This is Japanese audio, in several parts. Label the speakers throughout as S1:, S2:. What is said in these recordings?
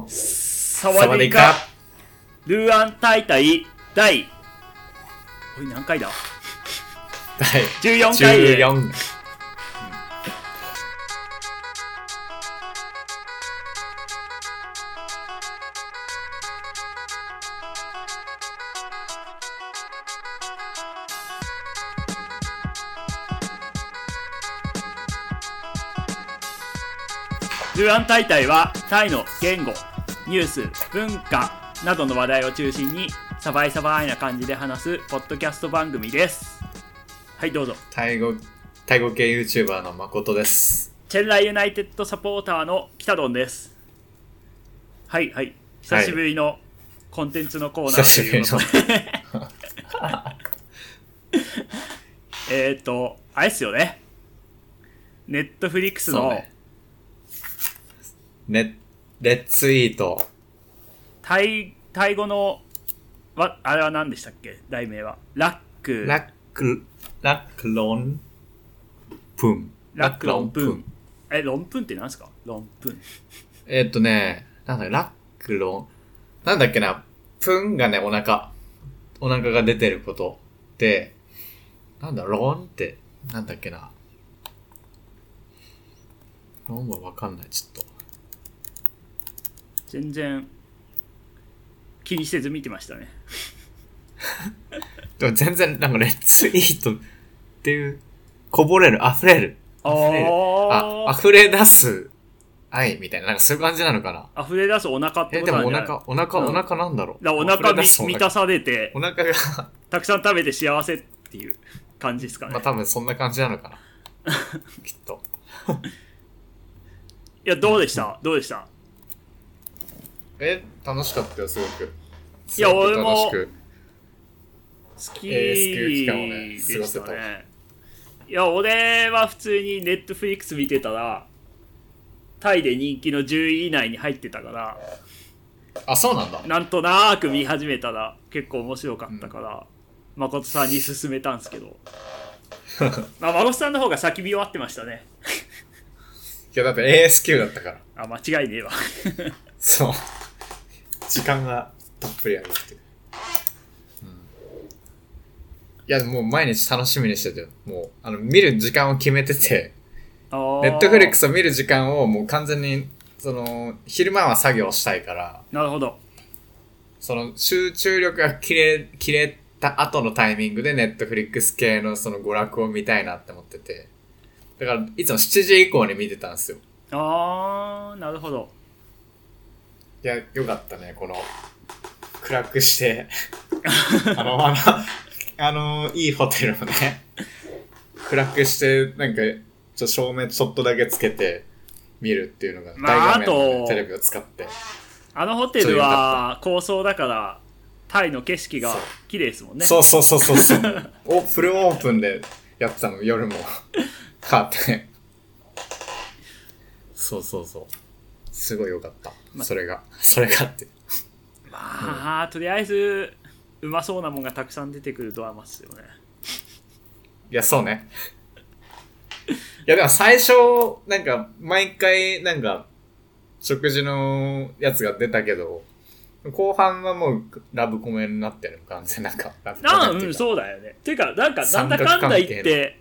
S1: の
S2: サワディカルーアン大会第おい何回だ
S1: 第
S2: 14回で
S1: 14
S2: ルアン大会はタイの言語ニュース文化などの話題を中心にサバイサバイな感じで話すポッドキャスト番組ですはいどうぞ
S1: タイ語タイ語系 YouTuber の誠です
S2: チェンライユナイテッドサポーターの北ドンですはいはい久しぶりのコンテンツのコーナー
S1: 久しぶりの
S2: ということでえっとあれっすよねネットフリックス
S1: そう
S2: の
S1: ねねレッツイート
S2: タイタイ語のわあれは何でしたっけ題名はラック
S1: ラックラックロンプン
S2: ラックロンプンえ論文って何ですか論文
S1: えっとねなんだラックロンなんだっけなプンがねお腹お腹が出てることでなんだロンってなんだっけなロンはわかんないちょっと
S2: 全然気にせず見てましたね
S1: でも全然、なんか、レッツイートっていう、こぼれる、溢れる。
S2: あ
S1: れるあ、
S2: ー
S1: 溢れ出す愛みたいな、なんかそういう感じなのかな。
S2: 溢れ出すお腹って
S1: え、
S2: こ
S1: で
S2: となん
S1: も
S2: じ
S1: お
S2: ゃない
S1: 腹、お腹、
S2: うん
S1: お腹なんだろう。
S2: だからお腹
S1: 溢れ
S2: み
S1: 出すお
S2: 満たされて
S1: お腹が、
S2: たくさん食べて幸せっていう感じですかね、
S1: まあ多分そんな感じなのかな。 きっと。
S2: いやどうでしたどうでした
S1: え、楽しかったよ、すごく。
S2: いや俺も
S1: すごく楽しく
S2: 好き
S1: え
S2: で
S1: ースキル期間をね
S2: した
S1: 過ごせ
S2: ねいや俺は普通にネットフリックス見てたらタイで人気の10位以内に入ってたから
S1: あ、そうなんだ。
S2: なんとなーく見始めたら結構面白かったから、誠さんに勧めたんですけど まあ誠さんの方が先見終わってましたね
S1: いや、だって AS 級だったから。
S2: あ間違い ねえわ
S1: そう。 時間がたっぷりあるっていう。うん、いや、もう毎日楽しみにしてて、もう、あの、見る時間を決めてて、ネットフリック
S2: ス
S1: スを見る時間をもう完全に、その、昼間は作業したいから、
S2: なるほど
S1: その、集中力が切れ、切れた後のタイミングでネットフリックス系のその娯楽を見たいなって思ってて、だから、いつも7時以降に見てたんですよ。
S2: ああなるほど
S1: いや、よかったね、この、暗くして、 あの、あの、あの、いいホテルをね、暗くして、なんか、ちょ照明ちょっとだけつけて、見るっていうのが、
S2: まあ
S1: 大画面のね
S2: あと
S1: テレビを使って。
S2: あのホテルは高層だからタイの景色が
S1: そう
S2: 綺麗ですもんね
S1: そうそうそうそうそう。お、フルオープンでやってたの、夜も。カーテン。そうそうそう。すごい良かった。
S2: ま
S1: それが。それがって。
S2: まあとりあえずうまそうなもんがたくさん出てくるドラマっすよね
S1: いや、そうね。いや、でも最初、なんか、毎回、なんか、食事のやつが出たけど、後半はもう、ラブコメになってる感じ。なんか、ラブコメ
S2: あ
S1: っ
S2: あ
S1: て
S2: う
S1: い
S2: ん
S1: うか。
S2: そうだよねていうかなんかなん
S1: 三
S2: だ
S1: 角
S2: かんだ言っ
S1: 関
S2: て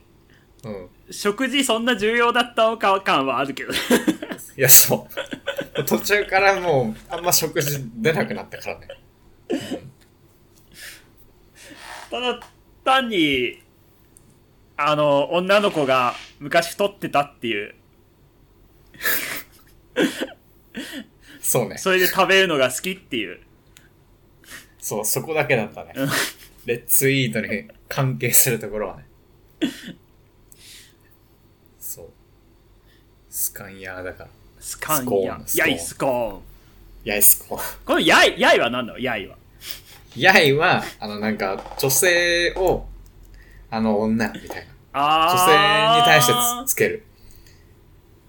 S1: うん。
S2: 食事そんな重要だったのか感はあるけどね
S1: いや、そう。途中からもう、あんま食事出なくなったからね。
S2: ただ単にあの女の子が昔太ってたっていう
S1: そうね。
S2: それで食べるのが好きっていう
S1: そう、そこだけだったね
S2: うん。
S1: レッツイートに関係するところはね。そう。スカンヤーだから。
S2: スカン
S1: スコ
S2: ヤ
S1: ーンスコーン
S2: ヤイスコーン
S1: ヤイスコ。
S2: このヤイヤイは何なのヤイは
S1: ヤイは、あの、なんか、女性を、あの、女みたいな。
S2: あ
S1: 女性
S2: あ
S1: に対してつつける。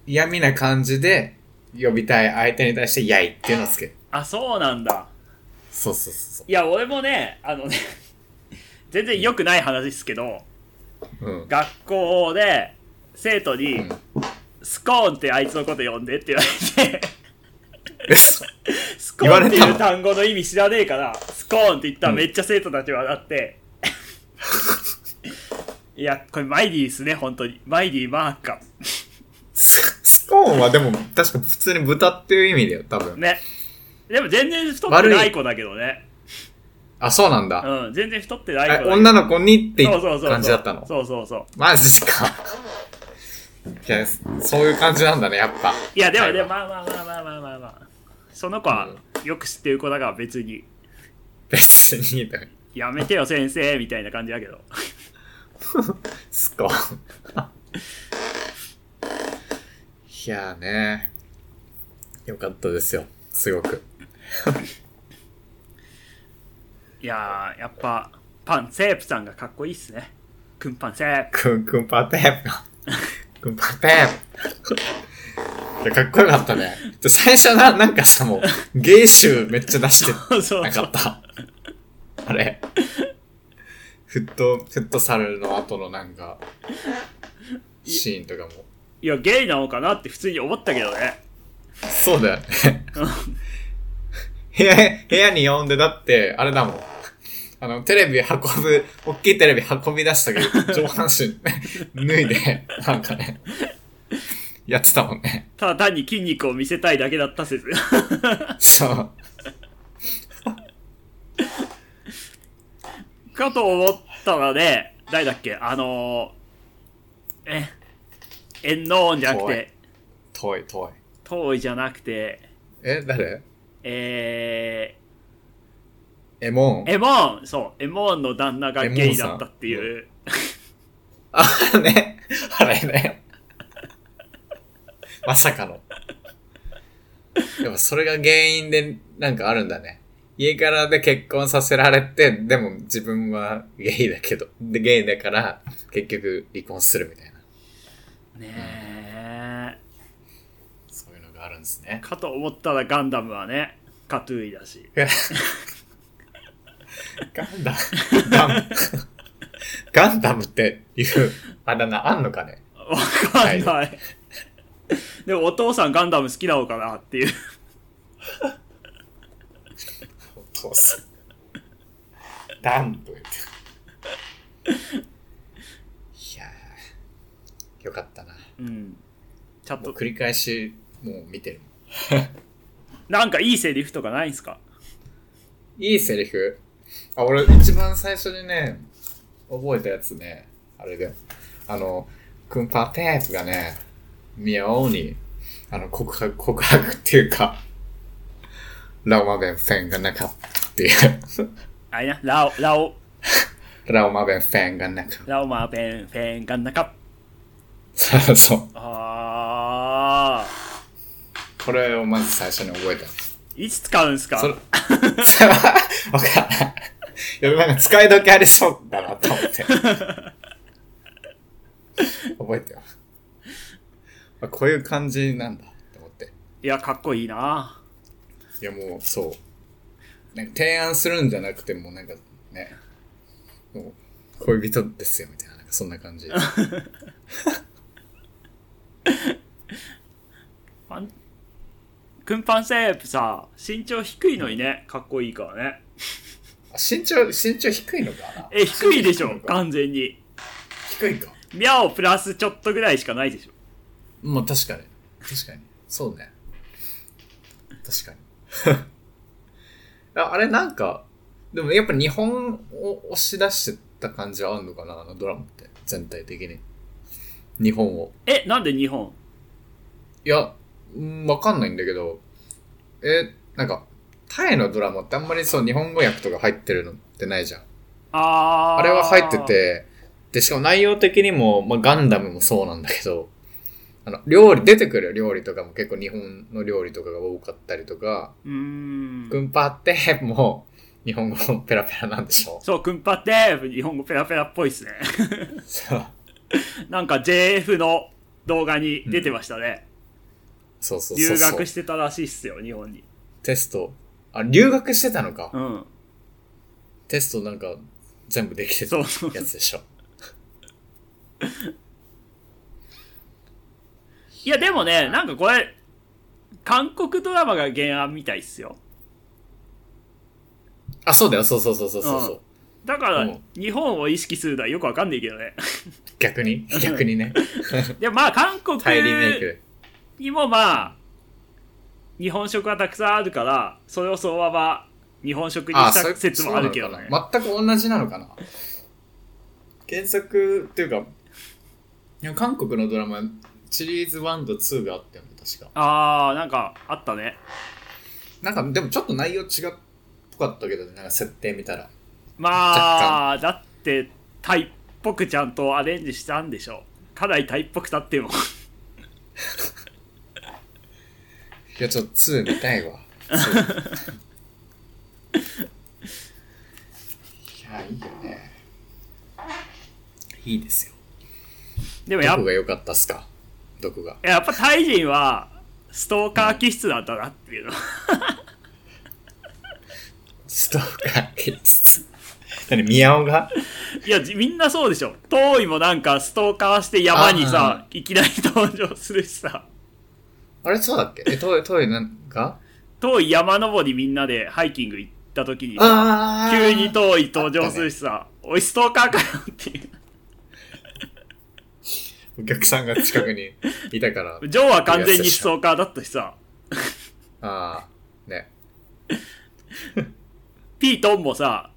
S1: 嫌味な感じで、呼びたい相手に対して、ヤイっていうのをつける。
S2: あそうなんだ
S1: そうそうそう
S2: いや俺もねあのね 全然良くない話ですけど
S1: そう。うん。
S2: 学校で生徒に
S1: うん
S2: 「スコーンってあいつのこと呼んで」って言われて
S1: 嘘
S2: スコーン
S1: 言わ
S2: ってい
S1: れ
S2: う
S1: たの
S2: 単語の意味知らねえから、スコーンって言ったらめっちゃ生徒たち笑って。 いや、これマイディですね、本当に。マイディマーカ
S1: ススコーンはでも、確か普通に豚っていう意味だよ、多
S2: ー。
S1: 分。
S2: ね。でも全然太ってない子だけどね。
S1: あ、そうなんだ。
S2: うん、全然太ってな
S1: え
S2: い子だけど。
S1: 女の子にって
S2: そうそうそうそう
S1: 感じだったの。
S2: そうそうそう。
S1: マジか。いや、そういう感じなんだね、やっぱ。
S2: いや、でも
S1: はい
S2: でも、まあまあまあまあまあまあまあ。その子はよく知ってる子だから別に、
S1: 別にだよ。
S2: やめてよ先生、みたいな感じだけど。
S1: スコーン。 いやーね。よかったですよ。すごく。
S2: いやー、やっぱ、パンセープさんがかっこいいっすね。くんパンセープ。
S1: くん、くん ぱテープが。くんぱテープ。いや、かっこよかったね。で最初な、なんかさ、もう、芸集めっちゃ出して
S2: そうそう
S1: な
S2: そ
S1: かっ。
S2: う
S1: た。あれ。フット、フットサルの後のなんか、シーンとかも。
S2: いや、ゲイなのかなって普通に思ったけどね。
S1: そうだよね。 部屋へ、部屋に呼んで、だって、あれだもん。あの、テレビ運ぶ、大きいテレビ運び出したけど、上半身 脱いで、なんかね、やってたもんね。
S2: ただ単に筋肉を見せたいだけだった説。
S1: そう。
S2: かと思ったらね、誰だっけあのー、え、遠のんじゃなくて、
S1: 遠い遠い。
S2: 遠いじゃなくて、
S1: え、誰
S2: えー、
S1: エモン。
S2: エモンそう、エモンの旦那がゲイだったっていう。
S1: あ、ね。あれね。まさかの。でもそれが原因でなんかあるんだね。家からで結婚させられて、でも自分はゲイだけど、でゲイだから結局離婚するみたいな。
S2: ね
S1: そういうのがあるんですね
S2: え。。かと思ったらガンダムはね、カトゥーイだし。
S1: ガンダム。ガンガンダムっていうあだ名あんのかね
S2: わかんない。でもお父さんガンダム好きなのかなっていう。
S1: お父さん。ダンと言って。いやー、よかったな。
S2: うん。ちゃん
S1: もう
S2: と、
S1: 繰り返し、もう見てる。
S2: なんかいいセリフとかないんすか
S1: いいセリフあ、俺、一番最初にね、覚えたやつね、あれで、あの、クンパテープがね、宮王に、あの、告白、告白っていうか、ラオマ弁ンフェンがなかったっていう。
S2: あれな、ラオ、ラオ、
S1: ラオマ弁ンフェンがなかった。
S2: ラオマーペン、フェン、ガンナカ。
S1: そうそう。
S2: あー。
S1: これをまず最初に覚えた。
S2: いつ使うんすか
S1: それ、わかんない。いや、なんか使い時ありそうだなと思って。覚えてよ。あこういう感じなんだと思って。
S2: いや、かっこいいな。
S1: いや、もう、そう。なんか提案するんじゃなくて、もうなんかね、もう、恋人ですよ、みたいな、なんかそんな感じ。
S2: パン、クンパンセープさ、身長低いのにね、かっこいいからね。
S1: あ身長、身長低いのかな
S2: え、低いでしょ、
S1: あ
S2: 完全に。
S1: 低いか。
S2: ミャオプラスちょっとぐらいしかないでしょ。
S1: まあ確かに。確かに。そうね。確かに。ああれなんか、でもやっぱ日本を押し出してた感じはあるのかなあのドラマって。全体的に。日本を。
S2: え、なんで日本
S1: いや、うんわかんないんだけど、え、なんか、タイのドラマってあんまりそう日本語訳とか入ってるのってないじゃん。
S2: あー
S1: あれは入って。て、で、しかも内容的にも、まあ、ガンダムもそうなんだけど、あの、料理、出てくる料理とかも結構日本の料理とかが多かったりとか、
S2: うーん。
S1: グンパって、もう、日本語ペラペラなんでしょ
S2: そう、クンパって、日本語ペラペラっぽいっ すね。
S1: う。そう
S2: なんか JF の動画に出てましたね。
S1: そうそうそ
S2: 留
S1: うそう
S2: 学してたらしいっすよ、日本に。
S1: テスト。あ、留学してたのか。
S2: うん。
S1: テストなんか、全部できてた
S2: そ
S1: や
S2: うそう
S1: つでしょ。
S2: いや、でもね、なんかこれ、韓国ドラマが原案みたいっすよ。
S1: あ、そうだよ、そうそうそうそうそうそう、
S2: うんだか
S1: う
S2: ら
S1: ん
S2: 日本を意識するのはよくわかんないけどね
S1: 逆に、逆にね。
S2: でもまあ韓国
S1: タイリメイク。
S2: にもまあ日本食はたくさんあるからそれをそのまま日本食に
S1: あ
S2: した説もあるけどね
S1: そうなのかな全く同じなのかな原作っていうか、いや韓国のドラマ、シリーズ1と2があったよね、確か。
S2: あーなんかあったね
S1: なんか、でもちょっと内容違っぽかったけどね、なんか設定見たら。
S2: まあだってタイっぽくちゃんとアレンジしたんでしょかなりタイっぽくたっても
S1: いや、ちょっと2見たいわ。2いや、いいよね。いいですよ。
S2: でもや
S1: ど
S2: っ
S1: こが良かったっすかどこが。
S2: やっぱタイ人はストーカー気質なんだなっていうの
S1: ストーカー気質。何、宮尾が
S2: いやじみんなそうでしょ遠いもなんかストーカーして山にさいきなり登場するしさ
S1: あれ、そうだっけえ、 トイ、トイなんか
S2: 遠い山登りみんなでハイキング行った時にさ
S1: あ
S2: 急に遠い登場するしさ、おいストーカーかよっていう
S1: お客さんが近くにいた から。
S2: ジョーは完全にストーカーだったしさ
S1: ああ、ね。
S2: ピートンもさ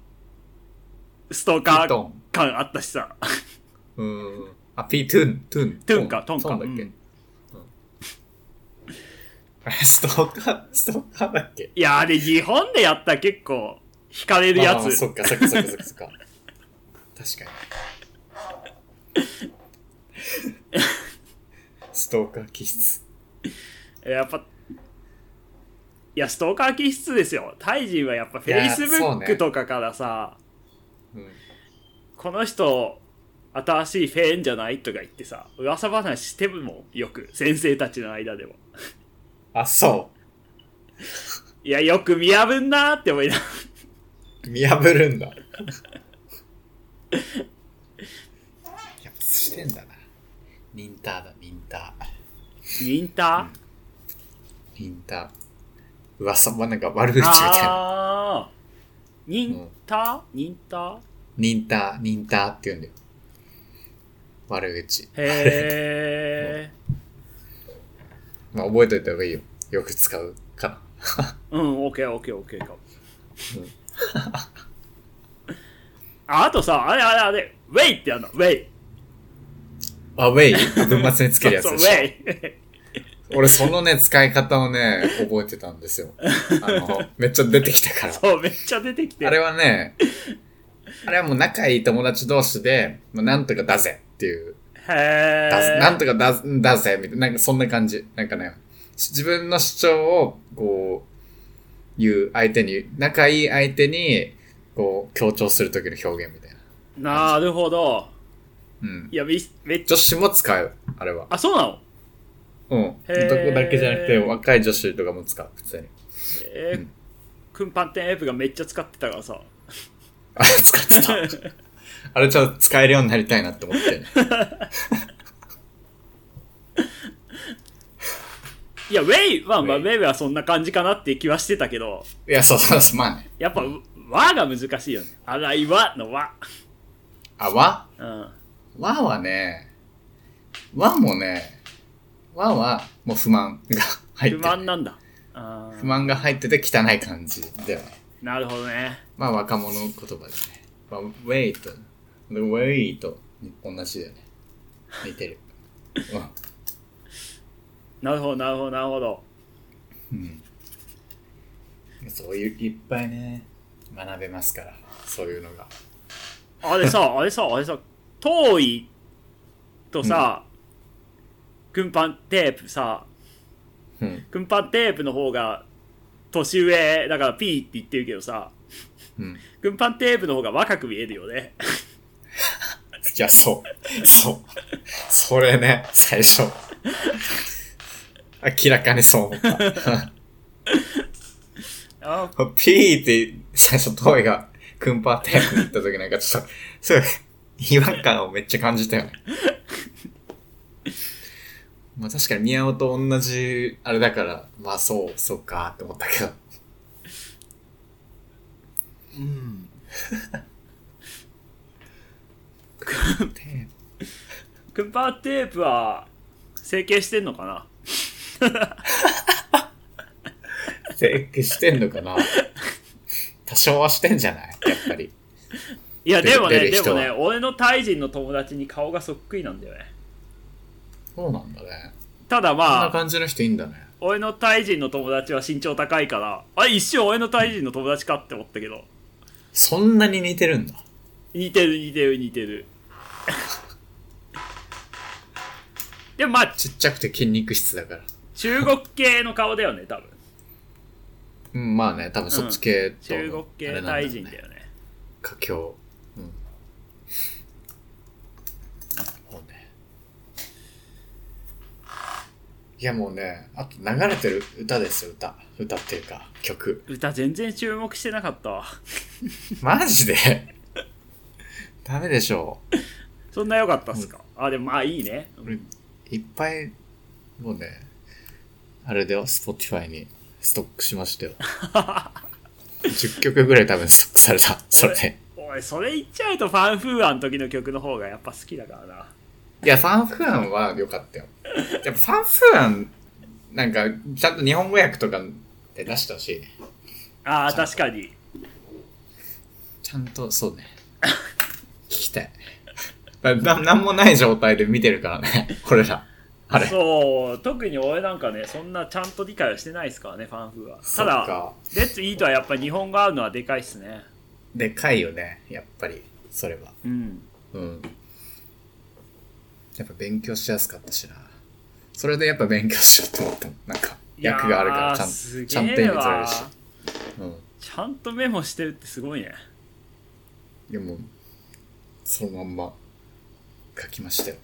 S2: ストー
S1: ピ
S2: カー
S1: トン。
S2: 感あったしさ
S1: うーん。あ、ピトゥン、トゥン。
S2: トゥンかトンか
S1: トンだっけ、う
S2: う
S1: んんあれストーカー、ストーカーだっけ
S2: いやあれ日本でやったら結構惹かれるや
S1: あーそ
S2: つ
S1: っかそっかそっかそっかそっか。確かに。 ストーカー気質。
S2: やっぱいやストーカー気質ですよタイ人はやっぱフェイスブ
S1: そう
S2: ッ
S1: ね
S2: クとかからさ、
S1: うん。
S2: この人新しいフェーンじゃないとか言ってさ噂話してもんよく先生たちの間でも
S1: あ、そ
S2: いやよく見破んなーって思いながら
S1: う。見破るん だ。やっぱしてんだな。ニンターだ、ニンター。
S2: インター
S1: ニンター。噂、ま、なんか悪口みたいな。
S2: ああ ー忍耐忍耐
S1: ニンター、ニンターって言うんだよ。悪口。
S2: へえ
S1: まあ、覚えといた方がいいよ。よく使うかな。
S2: うんオッケーオッケーオッケーかもああとさあれあれあれウェイってやるのウェイ
S1: あ、ウェイ文末につけるやつ
S2: そ
S1: で
S2: う
S1: し
S2: そうウ
S1: ょ。
S2: ェイ
S1: 俺そのね、使い方をね、覚えてたんですよ。あの、めっちゃ出てきたから。
S2: そうめっちゃ出てきて
S1: あれはね、あれはもう仲いい友達同士で、もうなんとかだぜっていう、
S2: へ
S1: だ
S2: え
S1: なんとかだだぜみたいな、なんかそんな感じ。なんかね、し自分の主張を、こう、言う相手に、仲いい相手に、こう、強調するときの表現みたいな。
S2: なるほど
S1: うん。
S2: いやめめっちゃ
S1: 女子も使う、あれは。
S2: あそうなの
S1: うん。
S2: ー
S1: 男だけじゃなくて、若い女子とかも使う、普通に。
S2: えー
S1: うん
S2: クンパンテンエープがめっちゃ使ってたからさ
S1: あれ使ってた。 あれちょっと使えるようになりたいなって思って。
S2: いやウェイは、まあ、ウ
S1: ウェ
S2: ェイはそんな感じかなって気はしてたけど
S1: いや、そうそうそう、まあね。
S2: やっぱ「和」が難しいよね「洗い和」の「和
S1: あ、和」
S2: うん
S1: 和はね、和もね、和はもう不満が入って
S2: 不
S1: る
S2: 満なんだあー
S1: 不満が入ってて汚い感じだよね。
S2: なるほどね
S1: まあ若者言葉ですね。まあ、ウェイと、ウェイと同じだよね。似てる。
S2: なるほどなるほどなるほど
S1: うん。うん、そういう、いっぱいね、学べますから、そういうのが。
S2: あ れさあれさあれさ遠いとさ、軍パンテープさ
S1: うん。
S2: 軍パンテープの方が年上だからピーって言ってるけどさ
S1: うん。
S2: 軍パンテープの方が若く見えるよね
S1: いや、そう。そう。それね、最初。明らかにそう思った。
S2: あ
S1: ピーって、最初、トイが、クンパーテープに行った時なんか、ちょっと、すごい、違和感をめっちゃ感じたよね。 まあ確かに宮尾と同じ、あれだから、まあそう、そうかって思ったけど。うん。
S2: クッパーテープは整形してんのかな
S1: セックしてんのかな多少はしてんじゃないやっぱり。
S2: いや
S1: 出
S2: でもね
S1: 出る
S2: で
S1: 人
S2: も
S1: は
S2: ね俺のタイ人の友達に顔がそっくりなんだよね
S1: そうなんだね。
S2: ただ
S1: こん
S2: ま
S1: な
S2: あ
S1: 感じの人いいんだね。
S2: 俺のタイ人の友達は身長高いからあ一瞬俺のタイ人の友達かって思ったけど
S1: そんなに似てるんだ。
S2: 似てる似てる似てる でもまあ
S1: ちっちゃくて筋肉質だから。
S2: 中国系の顔だよね多分
S1: うん、まあね、多分そっち系と、
S2: 中国
S1: あ
S2: 系
S1: れなんだ
S2: タ
S1: よ
S2: イ
S1: ね
S2: 人だよね
S1: 佳境うんもうねいやもうねあと流れてる歌ですよ歌歌っていうか 曲
S2: 歌全然注目してなかったわ
S1: マジでダメでしょ
S2: そんな良かったっすか、あでもまあいいね
S1: う俺いっぱいもうねあれだよ Spotify にストックしま したよ10曲ぐらい多分ストックされたそれで
S2: おいそれ言っちゃうとファンフーアの時の曲の方がやっぱ好きだからない
S1: や、ファンフーアンは良かったよ。やっぱファンフーアン、なんか、ちゃんと日本語訳とかで出してほしいね。
S2: ああ確かに
S1: ちゃんと、そうね。聞きたい。だななんもない状態で見てるからね、これら。あれ。
S2: そう特に俺なんかねそんなちゃんと理解はしてないですからねファンフーア
S1: そ
S2: た
S1: っ
S2: だ
S1: か。
S2: レッツイートはやっぱ日本語あるのはでかいっすね
S1: でかいよね、やっぱり、それは。
S2: うん
S1: うん。やっぱ勉強しやすかったしな。それでやっぱ勉強しようと思ったもんなんか、役があるから、ちゃんと、ちゃんと意
S2: と
S1: 味取れるし。うん。
S2: ちゃんとメモしてるってすごいね
S1: でも、そのまんま書きましたよ。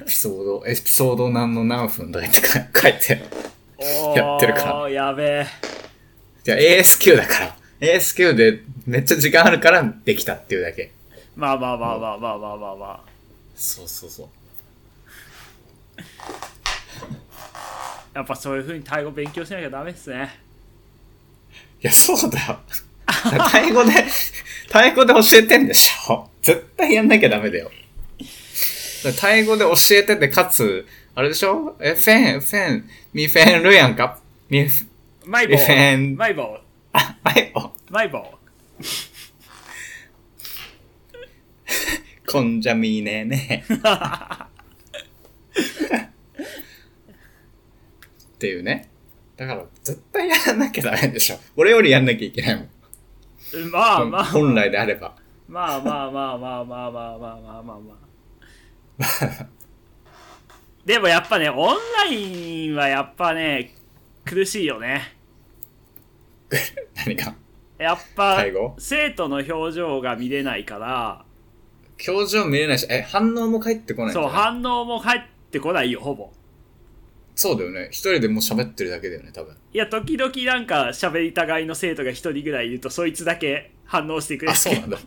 S1: エピソード、 エピソード何の何分とか言って書書いて。
S2: お ー
S1: やってるから
S2: やべえ
S1: じゃあ ASQ だから。ASQ でめっちゃ時間あるからできたっていうだけ。
S2: まあまあまあまあまあまあまあまあ
S1: そうそうそう。
S2: やっぱそういう風にタイ語勉強しなきゃダメっすね
S1: いや、そうだよ。タイ語で、タイ語で教えてんでしょ絶対やんなきゃダメだよ。だからタイ語で教えてて、かつ、あれでしょえ、フェン、フェン、ミフェンルやんかミフ、
S2: マイボー
S1: FN
S2: マイボー
S1: あ、はい、お。
S2: マイボー
S1: こんじゃみーねーね。っていうね。だから、絶対やらなきゃダメでしょ。俺よりやんなきゃいけないもん。
S2: まあまあ
S1: 本来であれば。
S2: まあまあまあまあまあまあまあまあまあまあ でもやっぱねオンラインはやっぱね苦しいよね
S1: 何か。
S2: やっぱ
S1: 最後
S2: 生徒の表情が見れないから
S1: 表情見れないし、え、反応も返ってこないんだ
S2: そ
S1: よ
S2: う
S1: ね
S2: 反応も返ってこないよほぼ
S1: そうだよね。一人でもう喋ってるだけだよね、多分。
S2: いや時々なんか喋りたがいの生徒が一人ぐらいいるとそいつだけ反応してくれる
S1: あ、そうなんだ。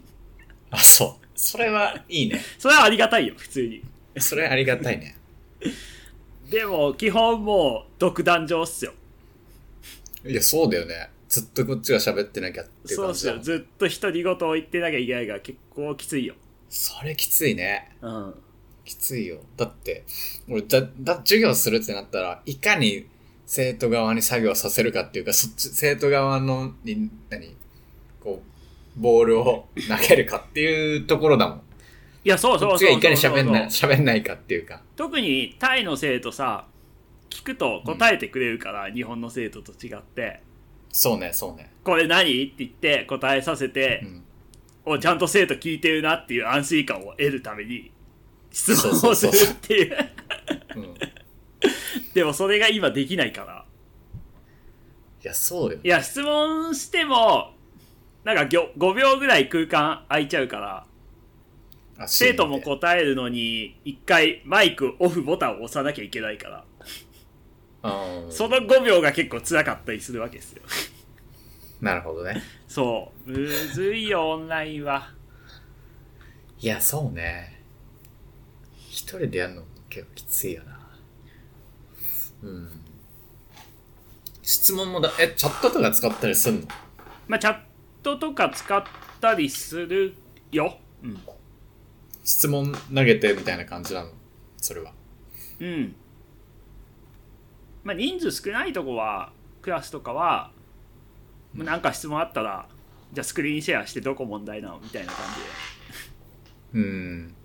S1: あ、そう。それはいいね。
S2: それはありがたいよ普通に
S1: それありがたいね。
S2: でも基本もう独壇場っすよ
S1: いや、そうだよね。ずっとこっちが喋ってなきゃっていう
S2: そう
S1: 感
S2: っ
S1: じ
S2: す
S1: だ
S2: よ
S1: もん
S2: ずっと独り言を言ってなきゃいけないから結構きついよ
S1: それきついね。
S2: うん
S1: きついよ。だって、俺、だ、だ、授業するってなったら、いかに生徒側に作業させるかっていうか、そっち、生徒側の、に、何こう、ボールを投げるかっていうところだもん。
S2: いやそうそ
S1: こ
S2: う
S1: っち
S2: そ
S1: が
S2: うそう
S1: いかに
S2: そう
S1: 喋んない、喋んないかっていうか。
S2: 特にタイの生徒さ聞くと答えてくれるから、日本の生徒と違って
S1: そうね、そうね。
S2: これ何って言って答えさせて、
S1: うん。
S2: おちゃんと生徒聞いてるなっていう安心感を得るために質問
S1: そ
S2: を
S1: う
S2: す
S1: そ
S2: る
S1: うそう
S2: っていう
S1: うん。い
S2: でもそれが今できないから
S1: や、そうよ
S2: い。や質問してもなんかぎょ5秒ぐらい空間空いちゃうから
S1: あ
S2: 生徒も答えるのに1回マイクオフボタンを押さなきゃいけないから
S1: うん。
S2: その5秒が結構辛かったりするわけですよ
S1: なるほどね。
S2: そうむずいよオンラインはい
S1: や、そうね。一人でやるの結構きついよな。うん。質問もだ、え、チャットとか使ったりすんの
S2: まあチャットとか使ったりするよ。うん。
S1: 質問投げてみたいな感じなのそれは。
S2: うん。まあ、人数少ないとこは、クラスとかは、もうなんか質問あったら、じゃあスクリーンシェアしてどこ問題なのみたいな感
S1: うん。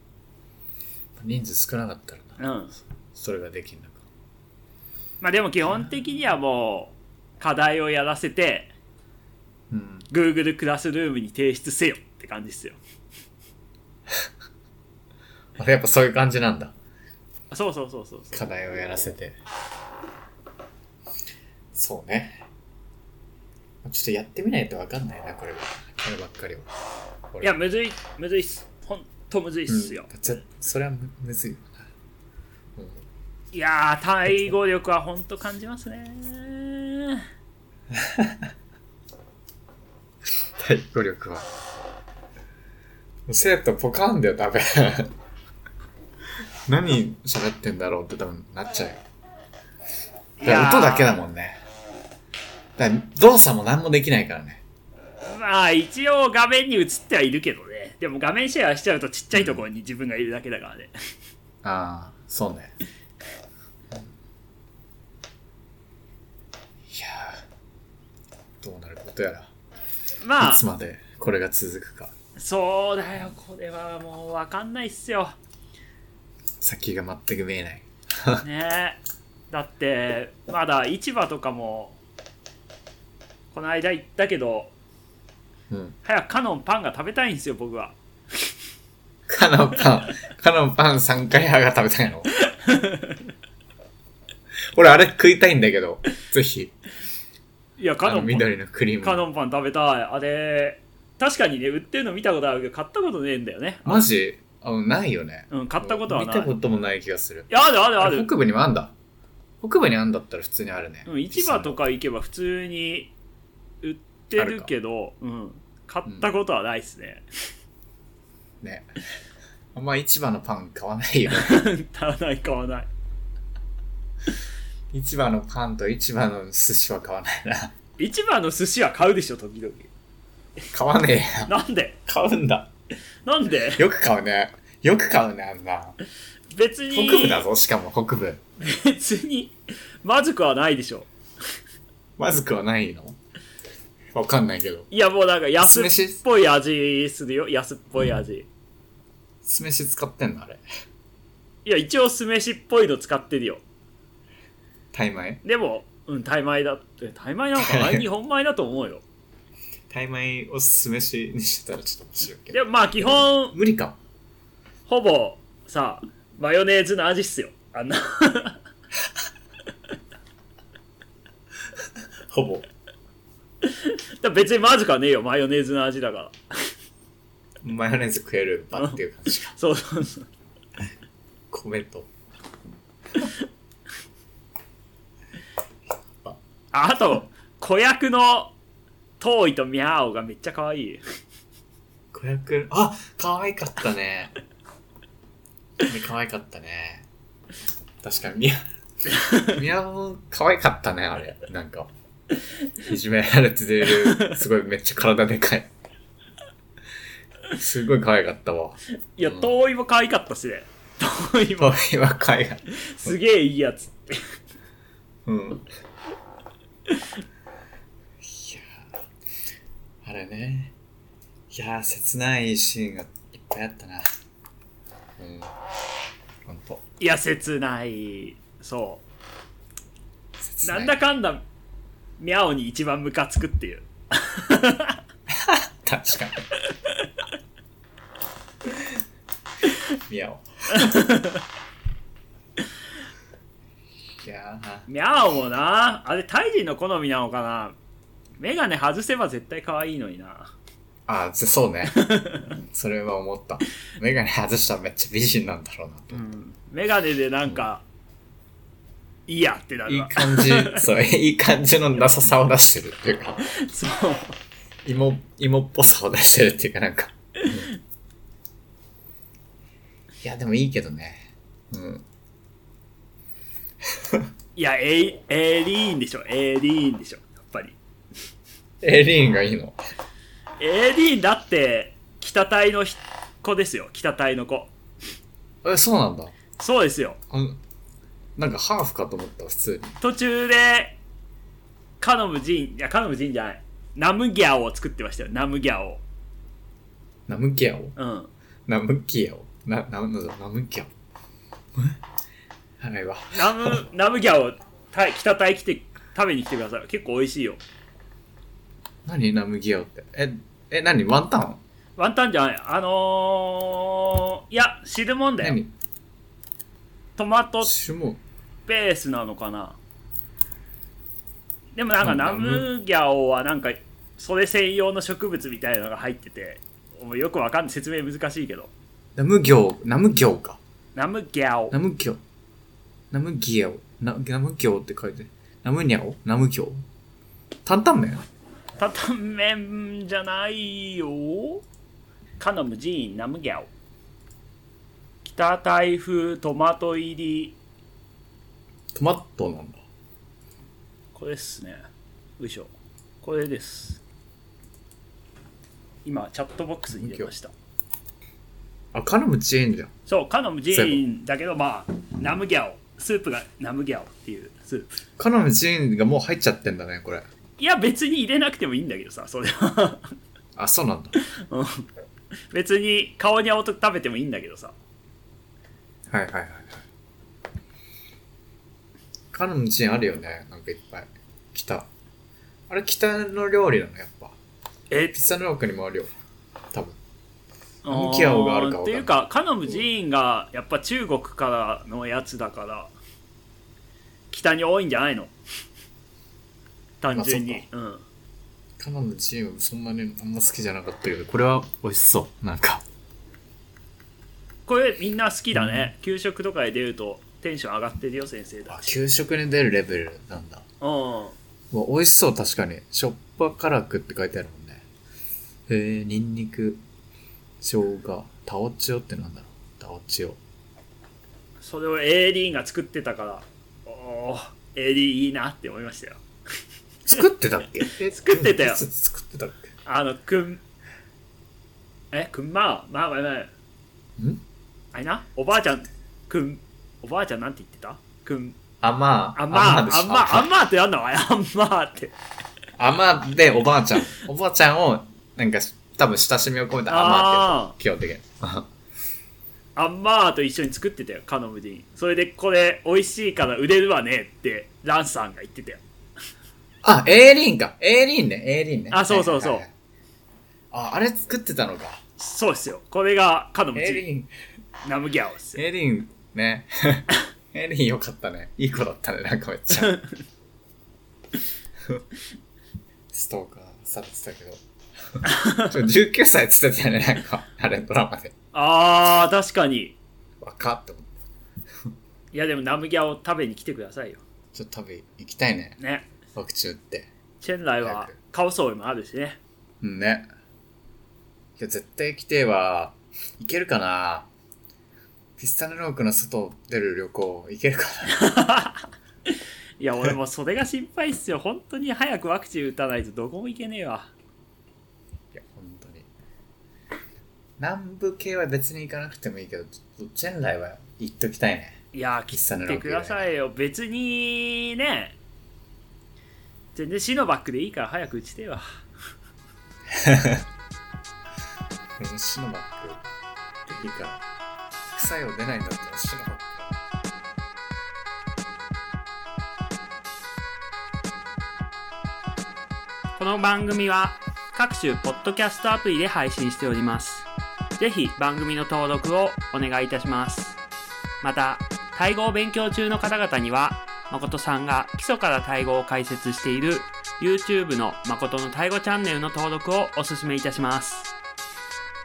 S1: 人数少なかったらな。
S2: じで。うん。
S1: それができんのか。
S2: まあ、でも基本的にはもう、課題をやらせて、
S1: うん。
S2: Google クラスルームに提出せよって感じですよ。
S1: あれやっぱそういう感じなんだ。
S2: あそうそうそうそうそ
S1: 課
S2: う。
S1: 題をやらせて。そうね。ちょっとやってみないとわかんないな、これは。こればっかりは。
S2: いや、むずい、むずいっす。ほんとむずいっ
S1: うん
S2: すよ。
S1: ぜそれはむむずいよな。うん
S2: いやー、単位語力はほんと感じますね。
S1: 対抗力は。生徒ポカーンだよ、多分。 何喋ってんだろうって多分なっちゃうよ。だから音だけだ
S2: ん。
S1: もんね。だから動作も何もできないからね。
S2: まあ、一応画面に映ってはいるけどね。でも画面シェアしちゃうとちっちゃいところに自分がいるだけだか らね。
S1: ああ、そうね。いやーどうなることやら。
S2: ま
S1: い
S2: あ
S1: つ、までこれが続くか。
S2: そうだよ。これはもうわかんないっすよ。
S1: 先が全く見えない。
S2: ねえだってまだ市場とかもこの間行ったけど
S1: うん。
S2: 早くカノンパンが食べたいんですよ僕は
S1: カノンパン、カノンパン3回派が食べたいの。俺、あれ食いたいんだけど、ぜひ。
S2: いやカ
S1: あの、
S2: ノンパン
S1: 緑のクリーム。
S2: カノンパン食べたいあれ確かにね売ってるの見たことあるけど買ったことねえんだよね
S1: マジあの、ないよね。
S2: うん買ったことはない
S1: 見たこともない気がする。
S2: いやあるあるあ
S1: あれ
S2: る
S1: 北部にもあんだ。北部にあんだったら普通にあるね。
S2: うん市場とか行けば普通に売ってるけどうん買ったことはないっすね、
S1: ね。あんま市場のパン買わない よね。
S2: 買わない買わない
S1: 市場のパンと市場の寿司は買わないな。
S2: 市場の寿司は買うでしょ時々
S1: 買わねえや。
S2: なんで
S1: 買うんだ。
S2: なんで
S1: よく買うね。よく買うね、あんな。
S2: 別に
S1: 北部だぞ、しかも北部。
S2: 別にまずくはないでしょ
S1: まずくはないのわかんないけど。
S2: いやもうなんか安っ
S1: 酢飯
S2: ぽい味するよ安っぽい味、
S1: 酢飯使ってんのあれ。
S2: いや一応酢飯っぽいの使ってるよ
S1: タイ米
S2: でもうんタイ米だえタイ米なんかな 日本米だと思うよ
S1: タイ米を酢飯にしてたらちょっと面白いけ
S2: で
S1: ど。
S2: もまあ基本
S1: 無理か。
S2: ほぼさマヨネーズの味っすよあんな
S1: ほぼ。
S2: 別にまずくはねえよマヨネーズの味だから
S1: マヨネーズ食えるばっていう感じか。
S2: そうそうそう
S1: 米と。
S2: ああと子役のトーイとミャーオがめっちゃ可愛い
S1: 500、あ可愛かったね。可愛かったね。確かに、みや、みやも可愛かったね、あれ。なんか。いじめられてる、すごいめっちゃ体でかい。すごい可愛かったわ。
S2: いや、
S1: うん
S2: トーイも可愛かったっすねトーイも
S1: 可愛いは可愛い。
S2: すげえいいやつ
S1: うん。いやーあれね。いやー切ないシーンがいっぱいあったな。うん。ほんと。
S2: いや切ないそ
S1: 切
S2: うなんだかんだミャオに一番ムカつくっていう
S1: 確かに。ミャオ。いやー
S2: ミャオもなあれタイ人の好みなのかなメガネ外せば絶対可愛いのにな
S1: あ、ぜそうね。それは思った。メガネ外したらめっちゃ美人なんだろうなと。
S2: うんメガネでなんか、いいやってなる
S1: いい
S2: わ
S1: 感じ、 そう、いい感じのなささを出してるっていうか、
S2: そう
S1: 芋、芋っぽさを出してるっていうか、なんか。うんいや、でもいいけどね。うん。
S2: いやエイエリーンでしょエリーンでしょやっぱり
S1: エリーンがいいの。
S2: AD だって北隊のひ子ですよ北隊の子
S1: え、そうなんだ。
S2: そうですよ
S1: あんなんかハーフかと思った、普通に。
S2: 途中でカノムジンいやカノムジンじゃないナムギャオを作ってましたよナムギャオを
S1: ナムキヤオ
S2: うん
S1: ナムキヤオな、な、なんだ、ナムキヤオ。えはいわ。
S2: ナム ナムギャオタイ北隊来て食べに来てください結構美味しいよ
S1: 何ナムギヤオって。え、え、何ワンタン
S2: ワンタンじゃないあのー、いや汁もんだよ
S1: 何
S2: トマト
S1: シモ
S2: ベースなのかなでもなんか
S1: うん
S2: ナムギャオはなんかそれ専用の植物みたいなのが入っててもうよくわかんない説明難しいけど
S1: ナムギョウ、ナムギョウか。
S2: ナムギャオ
S1: ナムギョウ。ナムギヤオ。ナナムギョウって書いて。ナムニャオナムギョウ。担々麺
S2: タタンメンじゃないよカノムジーンナムギャオ北台風トマト入り
S1: トマトなんだ。
S2: これですねよいしょこれです今チャットボックスに出ました
S1: あ、カルムチーンじゃん。
S2: そう、カノムジーンだけど、まあ、ナムギャオ。スープがナムギャオっていうスープ。
S1: カルムチーンがもう入っちゃってんだね、これ。
S2: いや、別に入れなくてもいいんだけどさ、それは。
S1: あ、そうなんだ。
S2: うん別に顔に青と食べてもいいんだけどさ。
S1: はいはいはいはい。カルムチーンあるよね、なんかいっぱい。北。あれ、北の料理なの、やっぱ。
S2: え
S1: ピッツァの奥にもあるよ。多分。ナムギャオがあるかわかんな
S2: っ
S1: い
S2: ていうか、カノムジーンがやっぱ中国からのやつだから、北に多いんじゃないの単純に。うん。
S1: カナのチームそんなにあんま好きじゃなかったけど、これは美味しそう。なんか。
S2: これみんな好きだね。給食とかで出るとテンション上がってるよ、先生だ
S1: あ、
S2: し。
S1: 給食に出るレベルなんだ。
S2: うん。
S1: うわ、美味しそう、確かに。しょっぱ辛くって書いてあるもんね。えー、ニンニク、生姜、タオチオってなんだろう。タオチオ。
S2: それを AD が作ってたからおお AD いいなって思いましたよ
S1: 作ってたっけ
S2: 作ってたよ
S1: いつ 作ってたっけ
S2: あのくんえくんまーまあまあまあ
S1: ん
S2: あれなおばあちゃんくんおばあちゃんなんて言ってたくん
S1: あまあ、
S2: あんまああん
S1: で
S2: ま
S1: しょ
S2: ああんまあってやんのあれあんまあって
S1: あまあでおばあちゃん。おばあちゃんを、なんか、多分親しみを込めたあまあ
S2: あ
S1: って言うんです基本的に。
S2: ああんまあと一緒に作ってたよカノムディンそれでこれ美味しいから売れるわねってランさんが言ってたよ
S1: あ、エーリンか。エーリンね、エーリンね。
S2: あそうそうそう
S1: はいはいはいあ、あれ作ってたのか。
S2: そうですよこれがカノム
S1: エー
S2: ディン
S1: リン、
S2: ナムギャオですよ
S1: エーリンね。エーリンよかったね。いい子だったね、なんかめっちゃ。ストーカーされてたけど。ちょ19歳っつってたよね、なんか。あれ、ドラマで。
S2: あー確かに
S1: 若って思って。
S2: いやでもナムギャオ食べに来てくださいよ
S1: ちょっと旅行きたいね。
S2: ね
S1: ワクチン打って。
S2: チェンライはカオソウイもあるしね
S1: うんね。いや、絶対来ては、行けるかなピスタネロークの外出る旅行、行けるか
S2: いや俺もそれが心配っすよ本当に早くワクチン打たないとどこも行けねえわ
S1: ないや、本当に。南部系は別に行かなくてもいいけど、ちょっとチェンライは行っときたいね。
S2: いや
S1: ピスタ
S2: ー
S1: ネ
S2: 来
S1: ロ
S2: て
S1: ーク
S2: くださいよ別にね全然シノバックでいいから早く打ちてえわ
S1: うんシノバックでいいから。副作用出ないんだったらシノバック。
S2: この番組は各種ポッドキャストアプリで配信しておりますぜひ番組の登録をお願いいたしますまたタイ語を勉強中の方々には誠さんが基礎からタイ語を解説している YouTube の誠のタイ語チャンネルの登録をお勧めいたします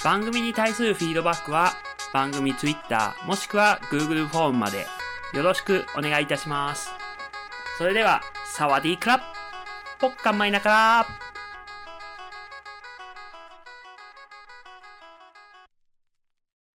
S2: 番組に対するフィードバックは番組 Twitter もしくは Google フォームまでよろしくお願いいたしますそれではサワディークラッポッカンマイナカラー